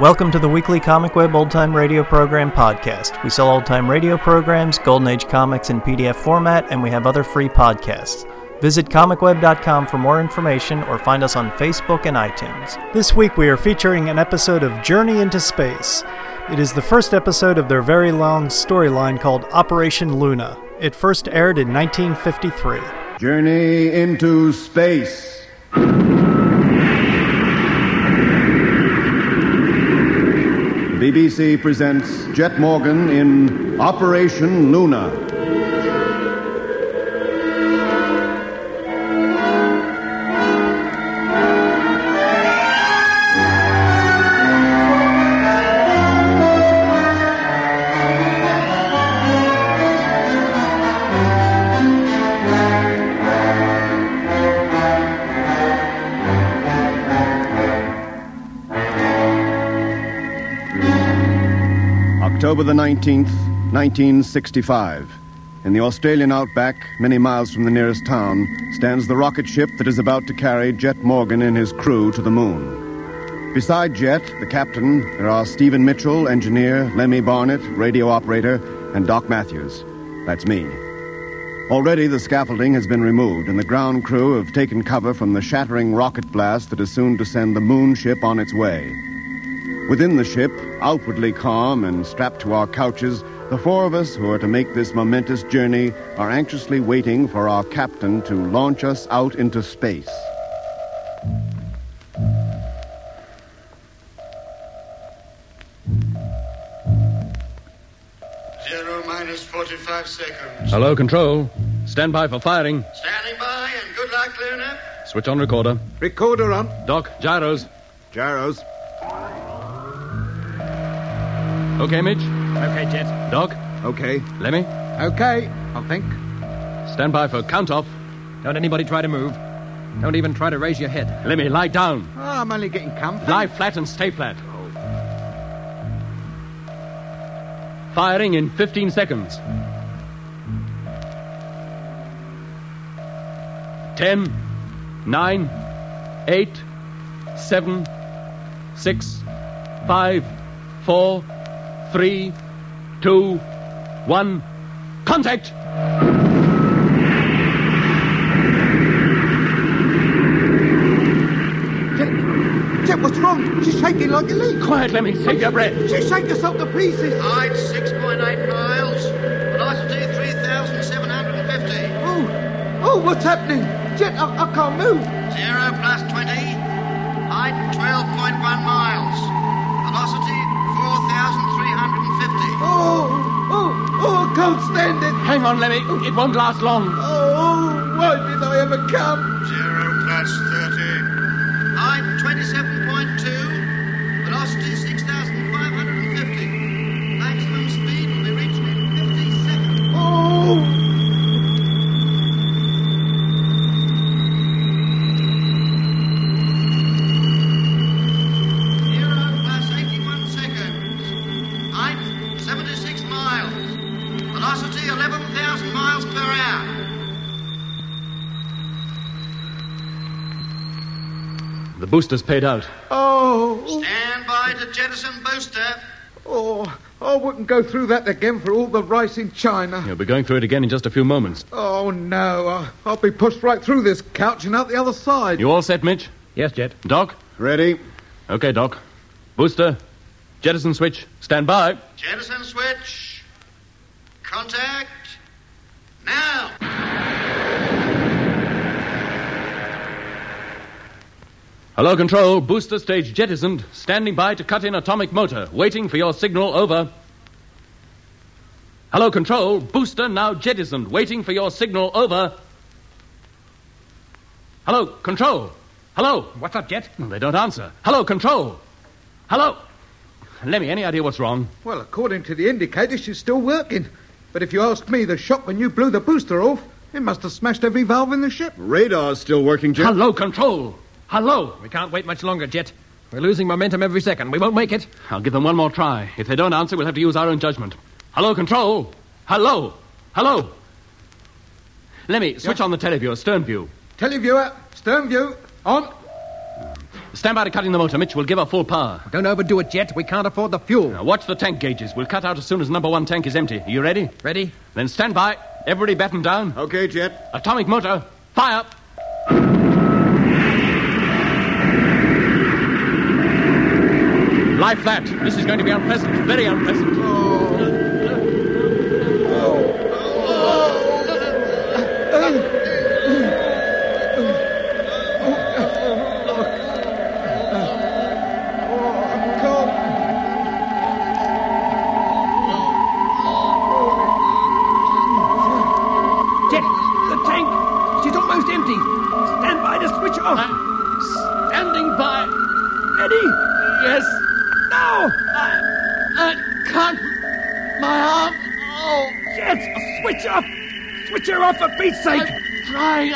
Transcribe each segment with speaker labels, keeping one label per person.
Speaker 1: Welcome to the weekly Comic Web Old Time Radio Program podcast. We sell old time radio programs, Golden Age comics in PDF format, and we have other free podcasts. Visit comicweb.com for more information or find us on Facebook and iTunes. This week we are featuring an episode of Journey into Space. It is the first episode of their very long storyline called Operation Luna. It first aired in 1953.
Speaker 2: Journey into space. BBC presents Jet Morgan in Operation Luna. October the 19th, 1965. In the Australian outback, many miles from the nearest town, stands the rocket ship that is about to carry Jet Morgan and his crew to the moon. Beside Jet, the captain, there are Stephen Mitchell, engineer, Lemmy Barnett, radio operator, and Doc Matthews. That's me. Already the scaffolding has been removed, and the ground crew have taken cover from the shattering rocket blast that is soon to send the moon ship on its way. Within the ship, outwardly calm and strapped to our couches, the four of us who are to make this momentous journey are anxiously waiting for our captain to launch us out into space.
Speaker 3: Zero minus 45 seconds.
Speaker 4: Hello, Control. Stand by for firing.
Speaker 3: Standing by and good luck, Luna.
Speaker 4: Switch on recorder.
Speaker 2: Recorder on.
Speaker 4: Doc, gyros.
Speaker 2: Gyros.
Speaker 4: Okay, Mitch.
Speaker 5: Okay, Jet.
Speaker 4: Doc,
Speaker 2: Okay.
Speaker 4: Lemmy,
Speaker 2: Okay, I think.
Speaker 4: stand by for count off.
Speaker 5: Don't anybody try to move. Don't even try to raise your head.
Speaker 4: Lemmy, lie down.
Speaker 2: Oh, I'm only getting comfy.
Speaker 4: Lie flat and stay flat. Firing in 15 seconds. 10, 9, 8, 7, 6, 5, 4, 3, 2, 1. Contact!
Speaker 6: Jet, Jet, what's wrong? She's shaking like a leaf.
Speaker 4: Quiet, Lemmy. Save your breath.
Speaker 6: She's shaking herself to pieces.
Speaker 3: Height 6.8 miles. Velocity 3,750.
Speaker 6: Oh, oh, what's happening? Jet, I, I can't move.
Speaker 3: Zero plus 20. Height 12.1 miles. Velocity 4,350.
Speaker 6: Oh, oh, oh, I can't stand it.
Speaker 4: Hang on, Lemmy. It won't last long.
Speaker 6: Oh, why did I ever come?
Speaker 3: Zero plus 30. Height 27.2. Velocity 6,550. Maximum speed will be reached in 50 seconds.
Speaker 6: Oh,
Speaker 3: Zero plus 81 seconds. Height 76 miles. Velocity 11,000 miles per hour.
Speaker 4: The booster's paid out.
Speaker 6: oh,
Speaker 3: Stand by to jettison booster.
Speaker 6: oh, I wouldn't go through that again for all the rice in China.
Speaker 4: You'll be going through it again in just a few moments.
Speaker 6: Oh, no, I, I'll be pushed right through this couch and out the other side.
Speaker 4: You all set, Mitch?
Speaker 5: Yes, Jet.
Speaker 4: Doc?
Speaker 2: Ready?
Speaker 4: Okay, Doc. Booster. Jettison switch. Stand by.
Speaker 3: Jettison switch. Contact. Now.
Speaker 4: Hello, Control. Booster stage jettisoned. Standing by to cut in atomic motor. Waiting for your signal over. Hello, Control. Booster now jettisoned. Waiting for your signal over. Hello, Control. Hello.
Speaker 5: What's up, Jet?
Speaker 4: They don't answer. Hello, Control. Hello. Lemmy, any idea what's wrong?
Speaker 6: Well, according to the indicator, she's still working. But if you ask me, the shock when you blew the booster off, it must have smashed every valve in the ship.
Speaker 2: Radar's still working, Jet.
Speaker 4: Hello, Control. Hello.
Speaker 5: We can't wait much longer, Jet. We're losing momentum every second. We won't make it.
Speaker 4: I'll give them one more try. If they don't answer, we'll have to use our own judgment. Hello, Control. Hello. Hello. Lemmy, switch on the teleview, stern view.
Speaker 6: Televiewer, stern view, on.
Speaker 4: Stand by to cut in the motor, Mitch. We'll give her full power.
Speaker 5: Don't overdo it, Jet. We can't afford the fuel.
Speaker 4: Now watch the tank gauges. We'll cut out as soon as number one tank is empty. Are you ready?
Speaker 5: Ready?
Speaker 4: Then stand by. Everybody batten down.
Speaker 2: Okay, Jet.
Speaker 4: Atomic motor, fire! Lie flat. This is going to be unpleasant. Very unpleasant.
Speaker 5: Jet, the tank. She's almost empty. Stand by to switch off.
Speaker 4: standing by.
Speaker 5: Eddie,
Speaker 4: Yes.
Speaker 5: now.
Speaker 4: I can't. My arm. Oh,
Speaker 5: Jet, switch off. Switch her off for Pete's sake.
Speaker 4: trying.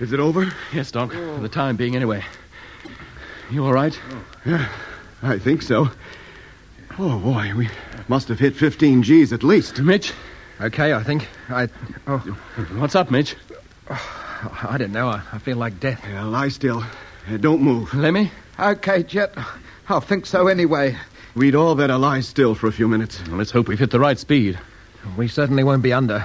Speaker 2: Is it over?
Speaker 4: Yes, Doc. For the time being, anyway. You all right?
Speaker 2: I think so. Oh, boy, we must have hit 15 G's at least.
Speaker 4: Mitch?
Speaker 5: Okay, I think. I. Oh,
Speaker 4: What's up, Mitch?
Speaker 5: I don't know. I, I feel like death.
Speaker 2: Yeah, lie still. Uh, don't move.
Speaker 4: Lemmy?
Speaker 6: Okay, Jet. I think so anyway.
Speaker 2: We'd all better lie still for a few minutes.
Speaker 4: Well, let's hope we've hit the right speed.
Speaker 5: We certainly won't be under.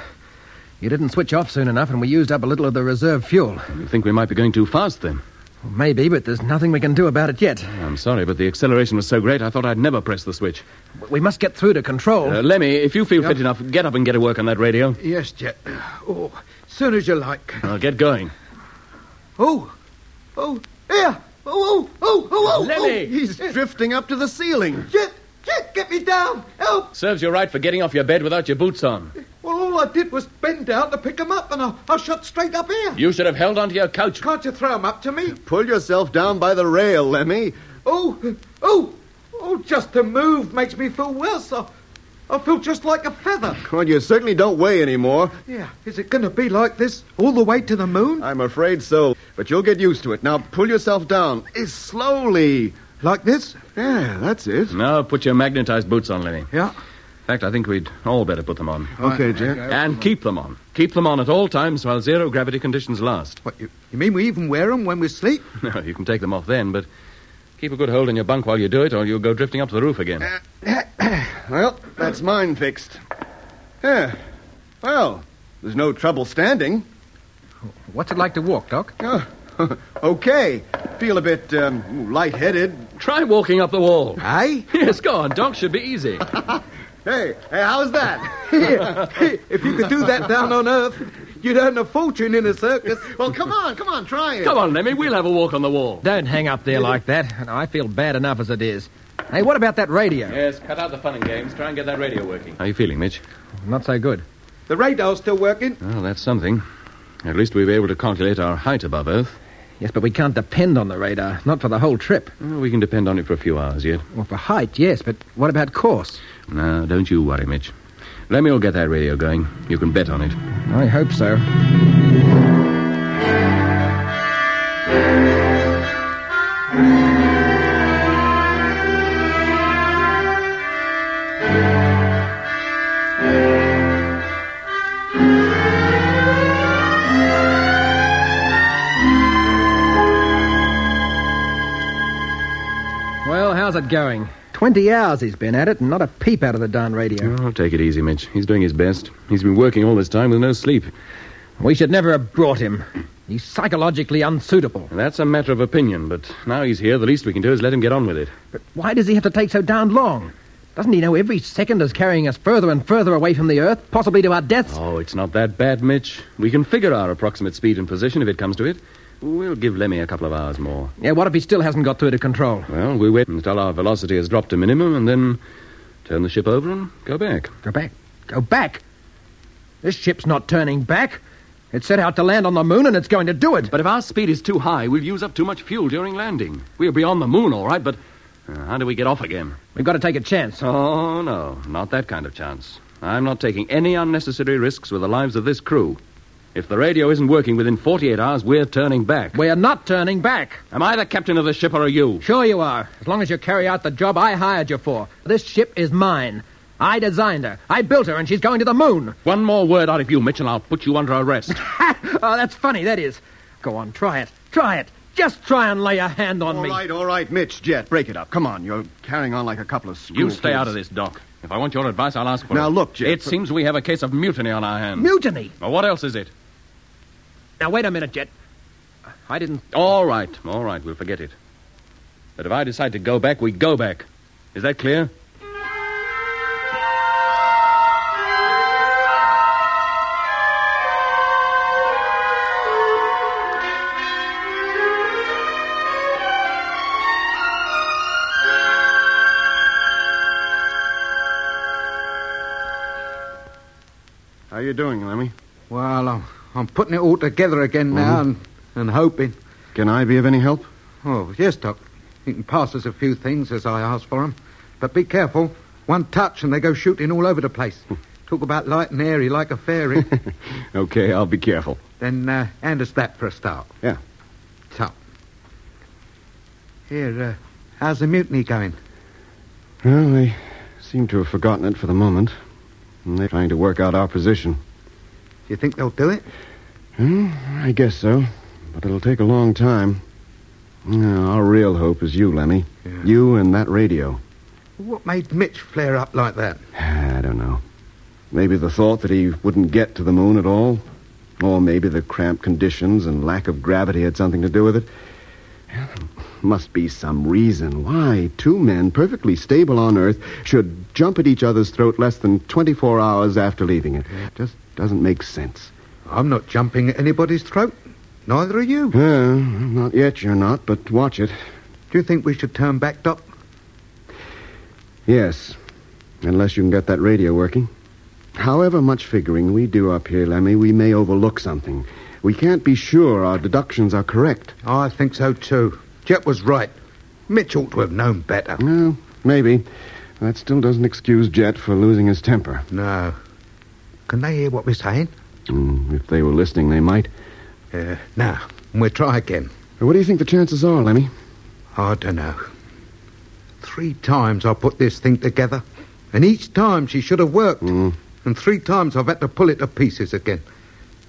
Speaker 5: You didn't switch off soon enough, and we used up a little of the reserve fuel.
Speaker 4: You think we might be going too fast, then?
Speaker 5: Maybe, but there's nothing we can do about it yet.
Speaker 4: Oh, I'm sorry, but the acceleration was so great I thought I'd never press the switch.
Speaker 5: We must get through to control.
Speaker 4: Uh, Lemmy, if you feel fit enough, get up and get to work on that radio.
Speaker 6: Yes, Jet. Oh, soon as you like.
Speaker 4: I'll get going.
Speaker 6: Oh, oh, here. Oh, oh, oh, oh, oh.
Speaker 4: Lenny!
Speaker 6: oh.
Speaker 2: He's drifting up to the ceiling.
Speaker 6: Jet, Jet, get me down. Help.
Speaker 4: Serves you right for getting off your bed without your boots on.
Speaker 6: Well, all I did was bend down to pick him up, and I, I shot straight up here.
Speaker 4: You should have held onto your couch.
Speaker 6: Can't you throw him up to me?
Speaker 2: Pull yourself down by the rail, Lemmy.
Speaker 6: Oh, oh, oh, just the move makes me feel worse. I, I feel just like a feather.
Speaker 2: Well, you certainly don't weigh anymore.
Speaker 6: Yeah, is it going to be like this all the way to the moon?
Speaker 2: I'm afraid so. But you'll get used to it. Now pull yourself down. Eh, Slowly.
Speaker 6: Like this?
Speaker 2: Yeah, that's it.
Speaker 4: Now put your magnetized boots on, Lenny.
Speaker 6: Yeah.
Speaker 4: In fact, I think we'd all better put them on.
Speaker 2: Okay, Jet.
Speaker 4: And keep them on. Keep them on at all times while zero gravity conditions last.
Speaker 6: What, you, you mean we even wear 'em when we sleep?
Speaker 4: No, you can take them off then, but keep a good hold on your bunk while you do it, or you'll go drifting up to the roof again.
Speaker 2: Well, that's mine fixed. Yeah. Well, there's no trouble standing.
Speaker 5: What's it like to walk, Doc?
Speaker 2: Oh, okay. Feel a bit um, lightheaded.
Speaker 4: Try walking up the wall.
Speaker 6: Aye?
Speaker 4: Yes, go on. Doc should be easy.
Speaker 2: Hey, hey, how's that?
Speaker 6: if you could do that down on Earth, you'd earn a fortune in a circus.
Speaker 2: well, come on, come on, try it.
Speaker 4: Come on, Lemmy. We'll have a walk on the wall.
Speaker 5: Don't hang up there like that. I feel bad enough as it is. Hey, what about that radio?
Speaker 4: Yes, cut out the fun and games. Try and get that radio working. How you feeling, Mitch?
Speaker 5: Not so good.
Speaker 6: The radar's still working.
Speaker 4: Well, that's something. At least we were able to calculate our height above Earth.
Speaker 5: Yes, but we can't depend on the radar. Not for the whole trip.
Speaker 4: Well, we can depend on it for a few hours yet.
Speaker 5: Well, for height, yes, but what about course?
Speaker 4: Now, don't you worry, Mitch. Lemmy will get that radio going. You can bet on it.
Speaker 5: I hope so. Well, how's it going? Twenty hours he's been at it, and not a peep out of the darn radio.
Speaker 4: I'll take it easy, Mitch. He's doing his best. He's been working all this time with no sleep.
Speaker 5: We should never have brought him. He's psychologically unsuitable.
Speaker 4: And that's a matter of opinion, but now he's here, the least we can do is let him get on with it.
Speaker 5: Why does he have to take so darned long? Doesn't he know every second is carrying us further and further away from the Earth, possibly to our deaths?
Speaker 4: Oh, it's not that bad, Mitch. We can figure our approximate speed and position if it comes to it. We'll give Lemmy a couple of hours more.
Speaker 5: Yeah, what if he still hasn't got through to control?
Speaker 4: Well, we wait until our velocity has dropped to minimum and then turn the ship over and go back.
Speaker 5: Go back. Go back. This ship's not turning back. It set out to land on the moon, and it's going to do it.
Speaker 4: But if our speed is too high, we'll use up too much fuel during landing. We'll be on the moon, all right, but uh, how do we get off again?
Speaker 5: We've got to take a chance.
Speaker 4: Oh, no, not that kind of chance. I'm not taking any unnecessary risks with the lives of this crew. If the radio isn't working within 48 hours, we're turning back.
Speaker 5: We're not turning back.
Speaker 4: Am I the captain of the ship or are you?
Speaker 5: Sure you are, as long as you carry out the job I hired you for. This ship is mine. I designed her. I built her, and she's going to the moon.
Speaker 4: One more word out of you, Mitchell, I'll put you under arrest.
Speaker 5: oh, that's funny, that is. Go on, try it. Try it. Just try and lay a hand on
Speaker 2: All
Speaker 5: me.
Speaker 2: right, all right, Mitch, Jet, break it up. Come on, you're carrying on like a couple of school
Speaker 4: you stay
Speaker 2: kids.
Speaker 4: out of this, Doc. If I want your advice, I'll ask for it.
Speaker 2: Now, look, Jeff-
Speaker 4: It seems we have a case of mutiny on our hands.
Speaker 5: Mutiny.
Speaker 4: Well, what else is it?
Speaker 5: Now, wait a minute, Jet. I didn't.
Speaker 4: All right, all right, we'll forget it. But if I decide to go back, we go back. Is that clear?
Speaker 2: How you doing, Lemmy?
Speaker 6: Well, I'm, I'm putting it all together again now and, and hoping.
Speaker 2: Can I be of any help?
Speaker 6: Oh, yes, Doc. You can pass us a few things as I ask for 'em, But be careful. One touch and they go shooting all over the place.
Speaker 2: Hmm.
Speaker 6: Talk about light and airy like a fairy.
Speaker 2: Okay, I'll be careful.
Speaker 6: then uh, hand us that for a start.
Speaker 2: Yeah.
Speaker 6: So. Here, uh, how's the mutiny going?
Speaker 2: Well, they seem to have forgotten it for the moment. And they're trying to work out our position.
Speaker 6: Do you think they'll do it?
Speaker 2: Hmm, I guess so. But it'll take a long time. Yeah, our real hope is you, Lemmy. You and that radio.
Speaker 6: What made Mitch flare up like that?
Speaker 2: I don't know. Maybe the thought that he wouldn't get to the moon at all. Or maybe the cramped conditions and lack of gravity had something to do with it. Yeah, there Must be some reason why two men perfectly stable on Earth should jump at each other's throat less than 24 hours after leaving it. It just doesn't make sense.
Speaker 6: I'm not jumping at anybody's throat. Neither are you. Do
Speaker 2: Uh, not yet, you're not, but watch it.
Speaker 6: you think we should turn back, Doc?
Speaker 2: Yes, unless you can get that radio working. However much figuring we do up here, Lemmy, we may overlook something. We can't be sure our deductions are correct.
Speaker 6: I think so, too. Jet was right. Mitch ought to have known better.
Speaker 2: No, maybe. That still doesn't excuse Jet for losing his temper.
Speaker 6: No. Can they hear what we're saying?
Speaker 2: Mm, if they were listening, they might.
Speaker 6: Uh, no. We'll try again.
Speaker 2: What do you think the chances are, Lemmy?
Speaker 6: I don't know. Three times I put this thing together, and each time she should have worked. And three times I've had to pull it to pieces again.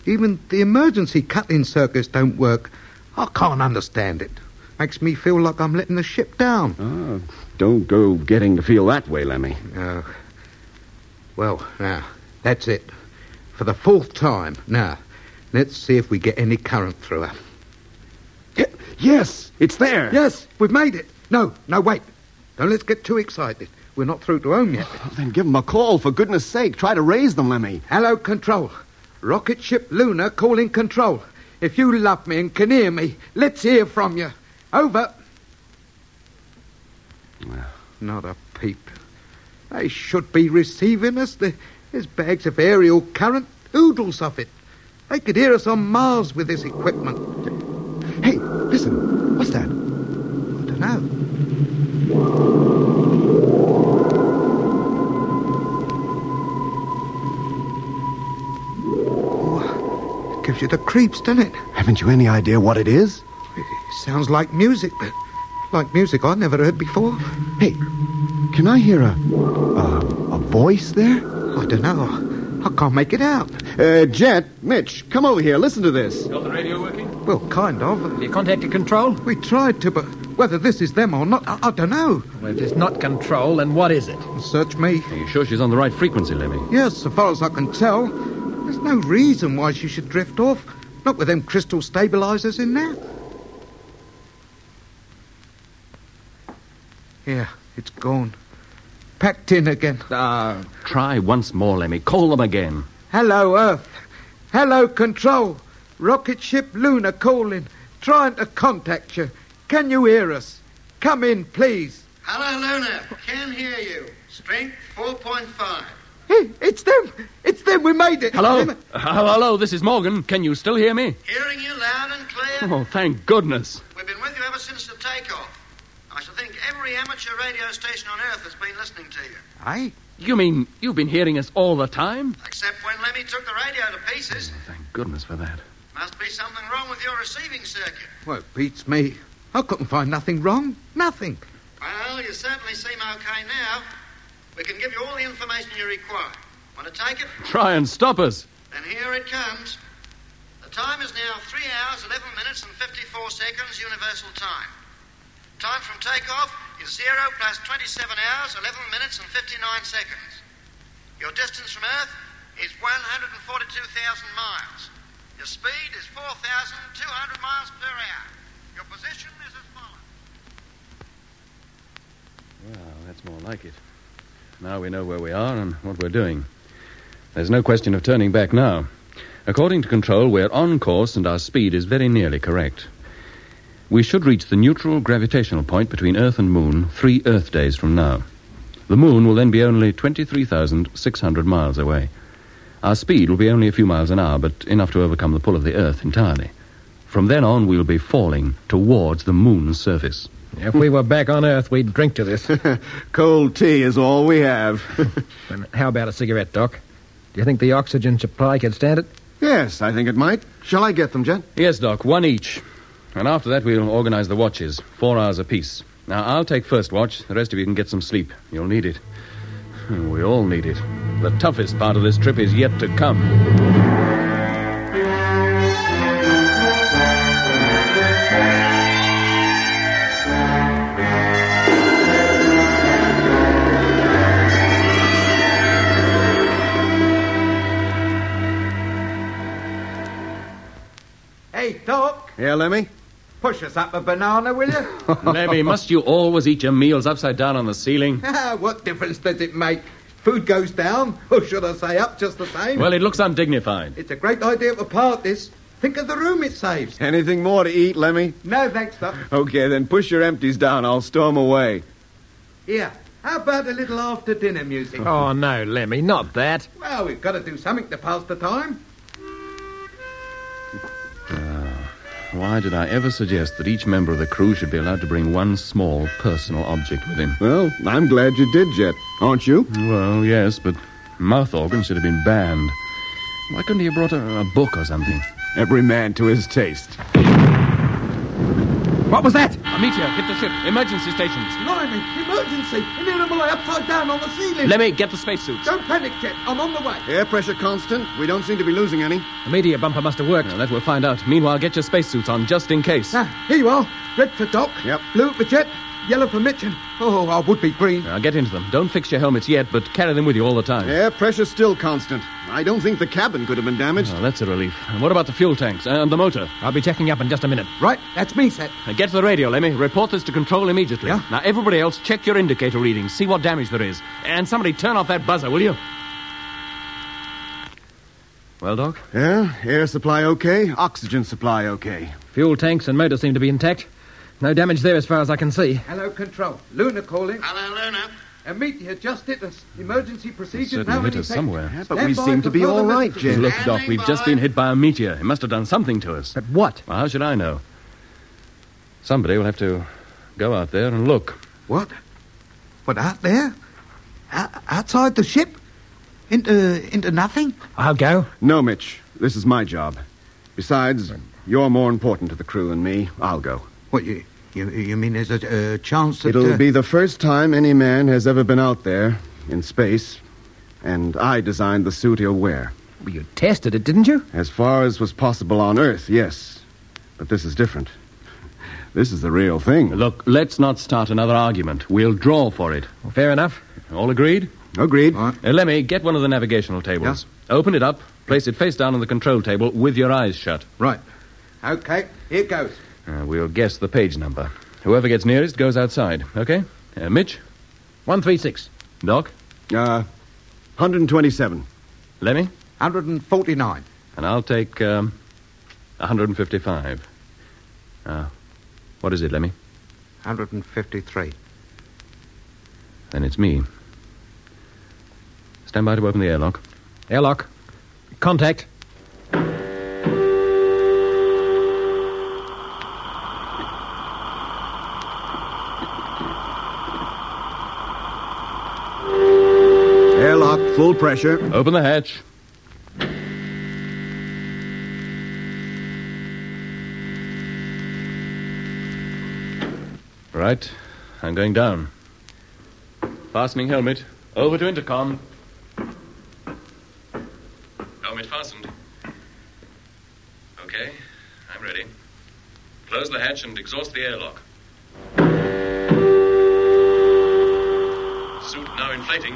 Speaker 6: Even the emergency cutting circuits don't work. I can't understand it. Makes me feel like I'm letting the ship down.
Speaker 2: Ah, don't go getting to feel that way, Lemmy.
Speaker 6: Oh. Well, now, that's it. For the fourth time. Now, let's see if we get any current through her.
Speaker 2: Yes, it's there.
Speaker 6: Yes, we've made it. No, no, wait. Don't let's get too excited. We're not through to home yet.
Speaker 2: Well, then give them a call, for goodness sake. Try to raise them, Lemmy.
Speaker 6: Hello, Control. Rocket ship Luna calling Control. If you love me and can hear me, let's hear from you. Over. Not a peep. They should be receiving us. There- There's bags of aerial current, oodles of it. They could hear us on Mars with this equipment.
Speaker 2: Hey, listen. What's that?
Speaker 6: I don't know. Oh, gives you the creeps, doesn't it?
Speaker 2: Haven't you any idea what it is?
Speaker 6: It sounds like music, but like music I've never heard before.
Speaker 2: Hey, can I hear a a, a voice there?
Speaker 6: I don't know. I can't make it out.
Speaker 2: Uh, Jet, Mitch, come over here. Listen to this.
Speaker 4: Got the radio working?
Speaker 6: Well, kind of.
Speaker 5: You contacted control?
Speaker 6: We tried to, but whether this is them or not, I, I don't know.
Speaker 5: Well, if it's not control, then what is it?
Speaker 6: Search me.
Speaker 4: Are you sure she's on the right frequency, Lemmy?
Speaker 6: Yes, so far as I can tell, there's no reason why she should drift off. Not with them crystal stabilizers in there. Yeah, it's gone. Packed in again.
Speaker 4: Uh, try once more, Lemmy. Call them again.
Speaker 6: Hello, Earth. Hello, Control. Rocket ship Luna calling, trying to contact you. Can you hear us? Come in, please.
Speaker 3: Hello, Luna. Can hear you. Strength 4.5.
Speaker 6: Hey, Hmm, it's them. It's them. We made it.
Speaker 4: Hello? Uh, oh,
Speaker 6: Them-
Speaker 4: hello, this is Morgan. Can you still hear me?
Speaker 3: Hearing you loud and clear.
Speaker 4: Oh, thank goodness.
Speaker 3: We've been with you ever since the takeoff. I should think every amateur radio station on Earth has been listening to you.
Speaker 6: Aye.
Speaker 4: You mean you've been hearing us all the time?
Speaker 3: Except when Lemmy took the radio to pieces.
Speaker 4: Thank goodness for that.
Speaker 3: Must be something wrong with your receiving circuit.
Speaker 6: Well, it beats me. I couldn't find nothing wrong. Nothing.
Speaker 3: Well, you certainly seem okay now. We can give you all the information you require. Want to take it?
Speaker 4: Try and stop us.
Speaker 3: Then here it comes. The time is now 3 hours, 11 minutes, and 54 seconds Universal Time. Time from takeoff is 0 plus 27 hours, 11 minutes, and 59 seconds. Your distance from Earth is 142,000 miles. Your speed is 4,200 miles per hour. Your position is as follows.
Speaker 4: Well, that's more like it. Now we know where we are and what we're doing. There's no question of turning back now. According to control, we're on course and our speed is very nearly correct. We should reach the neutral gravitational point between Earth and Moon three Earth days from now. The Moon will then be only 23,600 miles away. Our speed will be only a few miles an hour, but enough to overcome the pull of the Earth entirely. From then on, we'll be falling towards the Moon's surface.
Speaker 5: If we were back on Earth, we'd drink to this.
Speaker 2: Cold tea is all we have.
Speaker 5: And how about a cigarette, Doc? Do you think the oxygen supply could stand it?
Speaker 2: yes, I think it might. Shall I get them, Jet?
Speaker 4: Yes, Doc, one each. And after that, we'll organize the watches, four hours apiece. Now, I'll take first watch. The rest of you can get some sleep. You'll need it. We all need it. The toughest part of this trip is yet to come.
Speaker 6: Hey, Doc,
Speaker 2: Here, Lemmy.
Speaker 6: push us up a banana, will you?
Speaker 4: Lemmy, must you always eat your meals upside down on the ceiling?
Speaker 6: Ah, what difference does it make? Food goes down, or should I say up just the same?
Speaker 4: Well, it looks undignified.
Speaker 6: it's a great idea to part this. Think of the room it saves.
Speaker 2: Anything more to eat, Lemmy?
Speaker 6: No thanks, Doc.
Speaker 2: Okay, then push your empties down. I'll stow 'em away.
Speaker 6: Here, how about a little after dinner music?
Speaker 5: Oh, no, Lemmy, not that.
Speaker 6: Well, we've got to do something to pass the time.
Speaker 4: Why did I ever suggest that each member of the crew should be allowed to bring one small personal object with him?
Speaker 2: Well, I'm glad you did, Jet. Aren't you?
Speaker 4: Well, yes, but mouth organs should have been banned. Why couldn't he have brought a, a book or something?
Speaker 2: Every man to his taste.
Speaker 5: What was that?
Speaker 4: A meteor hit the ship. Emergency stations.
Speaker 6: Blimey, emergency! An animal upside down on the ceiling!
Speaker 4: Lemmy, get the spacesuits.
Speaker 6: Don't panic, Jet. I'm on the way.
Speaker 2: Air pressure constant. We don't seem to be losing any.
Speaker 5: The meteor bumper must have worked.
Speaker 4: Now, that we'll find out. Meanwhile, get your spacesuits on just in case.
Speaker 6: Ah, here you are. Red for Doc.
Speaker 2: Yep.
Speaker 6: Blue for Jet. Yellow for Mitch. and- Oh, I would be green.
Speaker 4: Now, get into them. Don't fix your helmets yet, but carry them with you all the time.
Speaker 2: Air pressure still constant. I don't think the cabin could have been damaged.
Speaker 4: Well, that's a relief. And what about the fuel tanks and the motor?
Speaker 5: I'll be checking up in just a minute.
Speaker 6: Right, that's me, Set.
Speaker 4: Now, get to the radio, Lemmy. Report this to control immediately.
Speaker 6: Yeah.
Speaker 4: Now, everybody else, check your indicator readings. See what damage there is. And somebody turn off that buzzer, will you? Well, Doc?
Speaker 2: Yeah, air supply okay, oxygen supply okay.
Speaker 5: Fuel tanks and motor seem to be intact. No damage there as far as I can see.
Speaker 6: Hello, Control. Luna calling.
Speaker 3: Hello, Luna.
Speaker 6: A meteor just hit us. Emergency procedures
Speaker 4: certainly
Speaker 6: now
Speaker 4: hit
Speaker 6: in
Speaker 4: us
Speaker 6: effect.
Speaker 4: somewhere.
Speaker 2: Yeah, but
Speaker 6: Stand
Speaker 2: we
Speaker 6: by
Speaker 2: seem
Speaker 6: for
Speaker 2: to be
Speaker 6: further
Speaker 2: all right,
Speaker 6: mystery.
Speaker 2: Jim.
Speaker 4: Look, Doc, we've just been hit by a meteor. It must have done something to us.
Speaker 5: But what?
Speaker 4: Well, how should I know? Somebody will have to go out there and look.
Speaker 6: What? What, out there? O- outside the ship? Into, into nothing?
Speaker 5: I'll go.
Speaker 2: No, Mitch, this is my job. Besides, you're more important to the crew than me. I'll go.
Speaker 6: What, you, you, you mean there's a uh, chance that...
Speaker 2: It'll
Speaker 6: uh,
Speaker 2: be the first time any man has ever been out there in space, and I designed the suit he'll wear.
Speaker 5: You tested it, didn't you?
Speaker 2: As far as was possible on Earth, yes. But this is different. This is the real thing.
Speaker 4: Look, let's not start another argument. We'll draw for it.
Speaker 5: Fair enough.
Speaker 4: All agreed?
Speaker 2: Agreed.
Speaker 6: All right.
Speaker 4: Uh, Lemmy, get one of the navigational tables. Open it up, place it face down on the control table with your eyes shut.
Speaker 6: Right. Okay, here goes.
Speaker 4: Uh, we'll guess the page number. Whoever gets nearest goes outside, okay? Uh, Mitch,
Speaker 5: 136.
Speaker 4: Doc,
Speaker 2: Uh, 127.
Speaker 4: Lemmy,
Speaker 6: 149.
Speaker 4: and I'll take um, 155. Uh, what is it, Lemmy?
Speaker 6: 153.
Speaker 4: Then it's me. Stand by to open the airlock.
Speaker 5: Airlock. Contact.
Speaker 2: Airlock, full pressure.
Speaker 4: Open the hatch. Right, I'm going down. Fastening helmet.
Speaker 7: Over to intercom. Helmet fastened. Okay, I'm ready. Close the hatch and exhaust the airlock. Suit now inflating.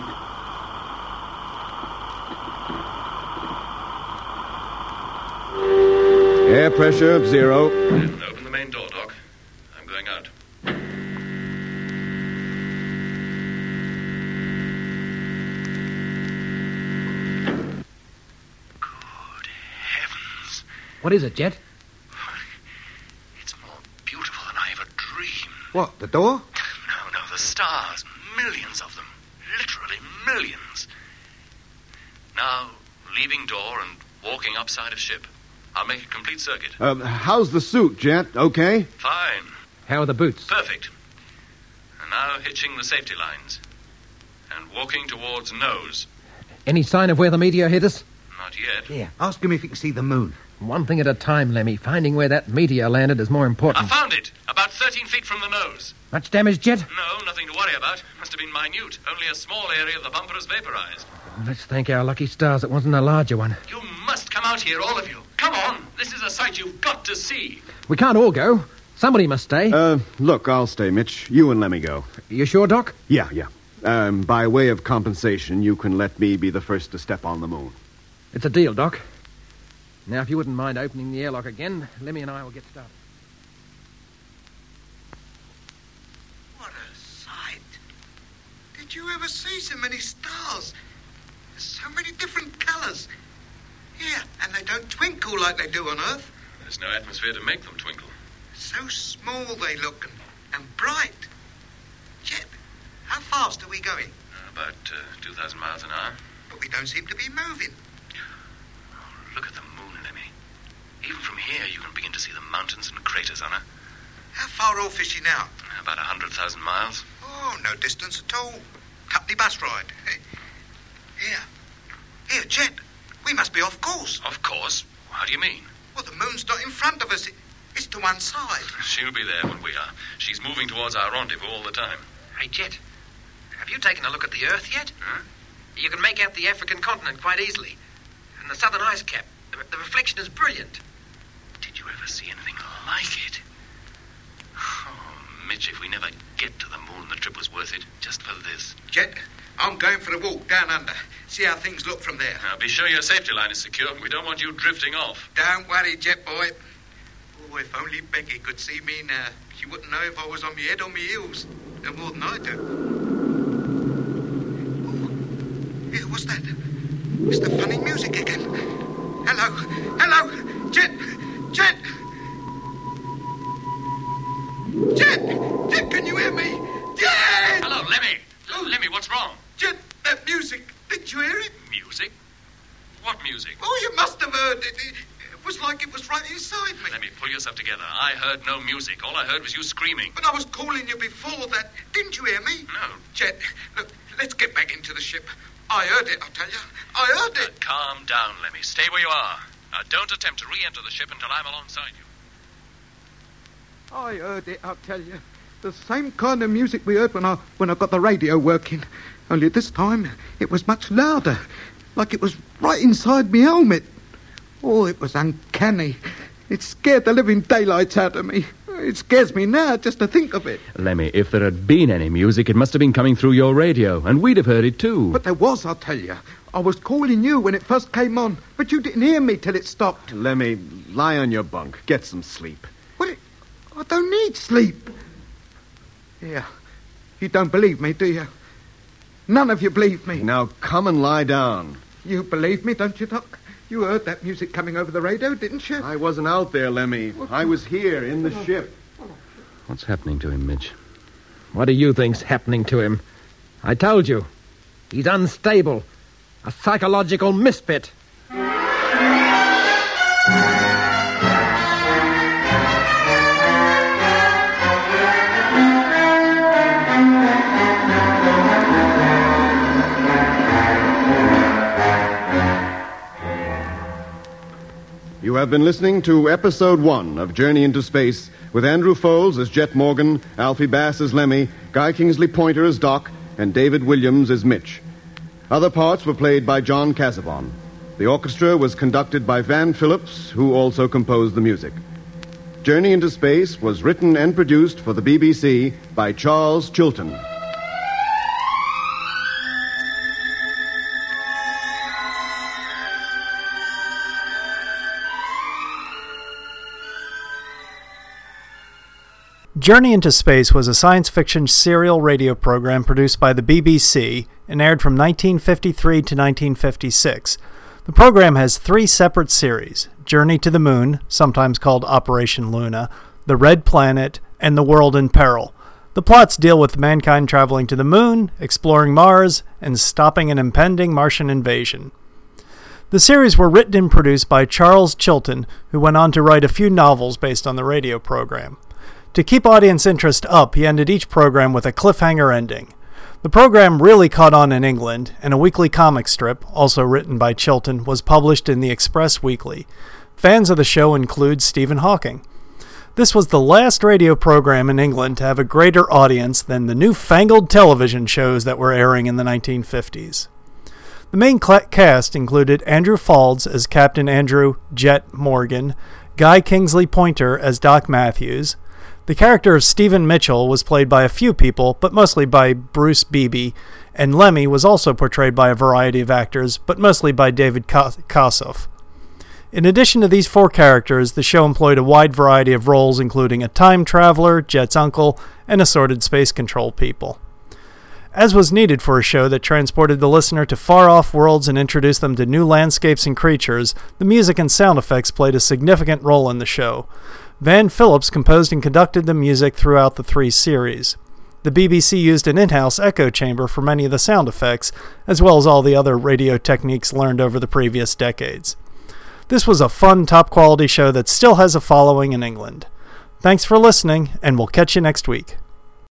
Speaker 2: Air pressure of zero.
Speaker 7: And open the main door, Doc. I'm going out.
Speaker 4: Good heavens.
Speaker 5: What is it, Jet?
Speaker 4: It's more beautiful than I ever dreamed.
Speaker 6: What, the door?
Speaker 4: No, no, the stars. Millions of them. Literally millions. Now, leaving door and walking upside of ship. I'll make a complete circuit.
Speaker 2: Uh, how's the suit, Jet? Okay?
Speaker 4: Fine.
Speaker 5: How are the boots?
Speaker 4: Perfect. And now hitching the safety lines. And walking towards nose.
Speaker 5: Any sign of where the meteor hit us?
Speaker 4: Not yet.
Speaker 6: Yeah. Ask him if he can see the moon.
Speaker 5: One thing at a time, Lemmy. Finding where that meteor landed is more
Speaker 4: I
Speaker 5: important.
Speaker 4: found it! About 13 feet from the nose.
Speaker 5: Much damage, Jet?
Speaker 4: No, nothing to worry about. Must have been minute. Only a small area of the bumper is vaporized.
Speaker 5: Oh, Let's thank our lucky stars it wasn't a larger one.
Speaker 4: You must come out here, all of you. Come on. This is a sight you've got to see.
Speaker 5: We can't all go. Somebody must stay.
Speaker 2: Uh, look, I'll stay, Mitch. You and Lemmy go.
Speaker 5: you sure, Doc?
Speaker 2: Yeah, yeah. Um, by way of compensation, you can let me be the first to step on the moon.
Speaker 5: It's a deal, Doc. Now, if you wouldn't mind opening the airlock again, Lemmy and I will get started.
Speaker 3: What a sight! Did you ever see so many stars? So many different colors. Yeah, and they don't twinkle like they do on Earth.
Speaker 7: There's no atmosphere to make them twinkle.
Speaker 3: So small they look and, and bright. Jet, how fast are we going?
Speaker 7: About uh, 2,000 miles an hour.
Speaker 3: But we don't seem to be moving.
Speaker 4: Oh, Look at the moon, Lemmy. Even from here, you can begin to see the mountains and craters on her.
Speaker 3: How far off is she now?
Speaker 4: About 100,000 miles.
Speaker 3: Oh, no distance at all. Company bus ride. Here. Here, Jet, we must be off course.
Speaker 4: Of course. How do you mean?
Speaker 3: Well, the moon's not in front of us. It, it's to one side.
Speaker 7: She'll be there when we are. She's moving towards our rendezvous all the time.
Speaker 8: Hey, Jet, have you taken a look at the Earth yet? You can make out the African continent quite easily, and the southern ice cap. The, the reflection is brilliant.
Speaker 4: Did you ever see anything like it? Oh, Mitch, if we never get to the moon, the trip was worth it. Just for this.
Speaker 3: Jet, I'm going for a walk down under. See how things look from there.
Speaker 7: Now, be sure your safety line is secure. We don't want you drifting off.
Speaker 3: Don't worry, Jet boy. Oh, if only Becky could see me now. She wouldn't know if I was on my head or my heels. No more than I do. Oh, yeah, what's that? It's the funny music again. Hello, hello, Jet, Jet. Jet, Jet, can you hear me? Jet,
Speaker 4: Hello, Lemmy. Hello, Lemmy, what's wrong?
Speaker 3: Jet, that uh, music. Did you hear it?
Speaker 4: Music? What music?
Speaker 3: Oh, you must have heard it. It it was like it was right inside me.
Speaker 4: Lemmy, pull yourself together. I heard no music. All I heard was you screaming.
Speaker 3: But I was calling you before that. Didn't you hear me?
Speaker 4: No.
Speaker 3: Jet, look, let's get back into the ship. I heard it, I tell you. I heard it.
Speaker 4: Calm down, Lemmy. Stay where you are. Now, don't attempt to re enter the ship until I'm alongside you.
Speaker 6: I heard it, I'll tell you. The same kind of music we heard when I when I got the radio working. Only this time it was much louder. Like it was right inside me helmet. Oh, it was uncanny. It scared the living daylights out of me. It scares me now just to think of it.
Speaker 7: Lemmy, if there had been any music, it must have been coming through your radio, and we'd have heard it too.
Speaker 6: But there was, I'll tell you. I was calling you when it first came on, but you didn't hear me till it stopped.
Speaker 2: Lemmy, lie on your bunk. Get some sleep.
Speaker 6: Well, it, I don't need sleep. Yeah, you don't believe me, do you? None of you believe me.
Speaker 2: Now, come and lie down.
Speaker 6: You believe me, don't you, Doc? You heard that music coming over the radio, didn't you?
Speaker 2: I wasn't out there, Lemmy. I was here in the ship.
Speaker 7: What's happening to him, Mitch?
Speaker 5: What do you think's happening to him? I told you. He's unstable. A psychological misfit.
Speaker 2: You have been listening to Episode 1 of Journey into Space with Andrew Foles as Jet Morgan, Alfie Bass as Lemmy, Guy Kingsley Pointer as Doc, and David Williams as Mitch. Other parts were played by John Casabon. The orchestra was conducted by Van Phillips, who also composed the music. Journey into Space was written and produced for the BBC by Charles Chilton.
Speaker 1: Journey into Space was a science fiction serial radio program produced by the BBC and aired from 1953 to 1956. The program has three separate series Journey to the Moon, sometimes called Operation Luna, The Red Planet, and The World in Peril. The plots deal with mankind traveling to the moon, exploring Mars, and stopping an impending Martian invasion. The series were written and produced by Charles Chilton, who went on to write a few novels based on the radio program. To keep audience interest up, he ended each program with a cliffhanger ending. The program really caught on in England, and a weekly comic strip, also written by Chilton, was published in the Express Weekly. Fans of the show include Stephen Hawking. This was the last radio program in England to have a greater audience than the newfangled television shows that were airing in the 1950s. The main cla- cast included Andrew Falds as Captain Andrew Jet Morgan, Guy Kingsley Pointer as Doc Matthews, the character of Stephen Mitchell was played by a few people, but mostly by Bruce Beebe, and Lemmy was also portrayed by a variety of actors, but mostly by David Ko- Kossoff. In addition to these four characters, the show employed a wide variety of roles, including a time traveler, Jet's uncle, and assorted space control people. As was needed for a show that transported the listener to far off worlds and introduced them to new landscapes and creatures, the music and sound effects played a significant role in the show. Van Phillips composed and conducted the music throughout the three series. The BBC used an in house echo chamber for many of the sound effects, as well as all the other radio techniques learned over the previous decades. This was a fun, top quality show that still has a following in England. Thanks for listening, and we'll catch you next week.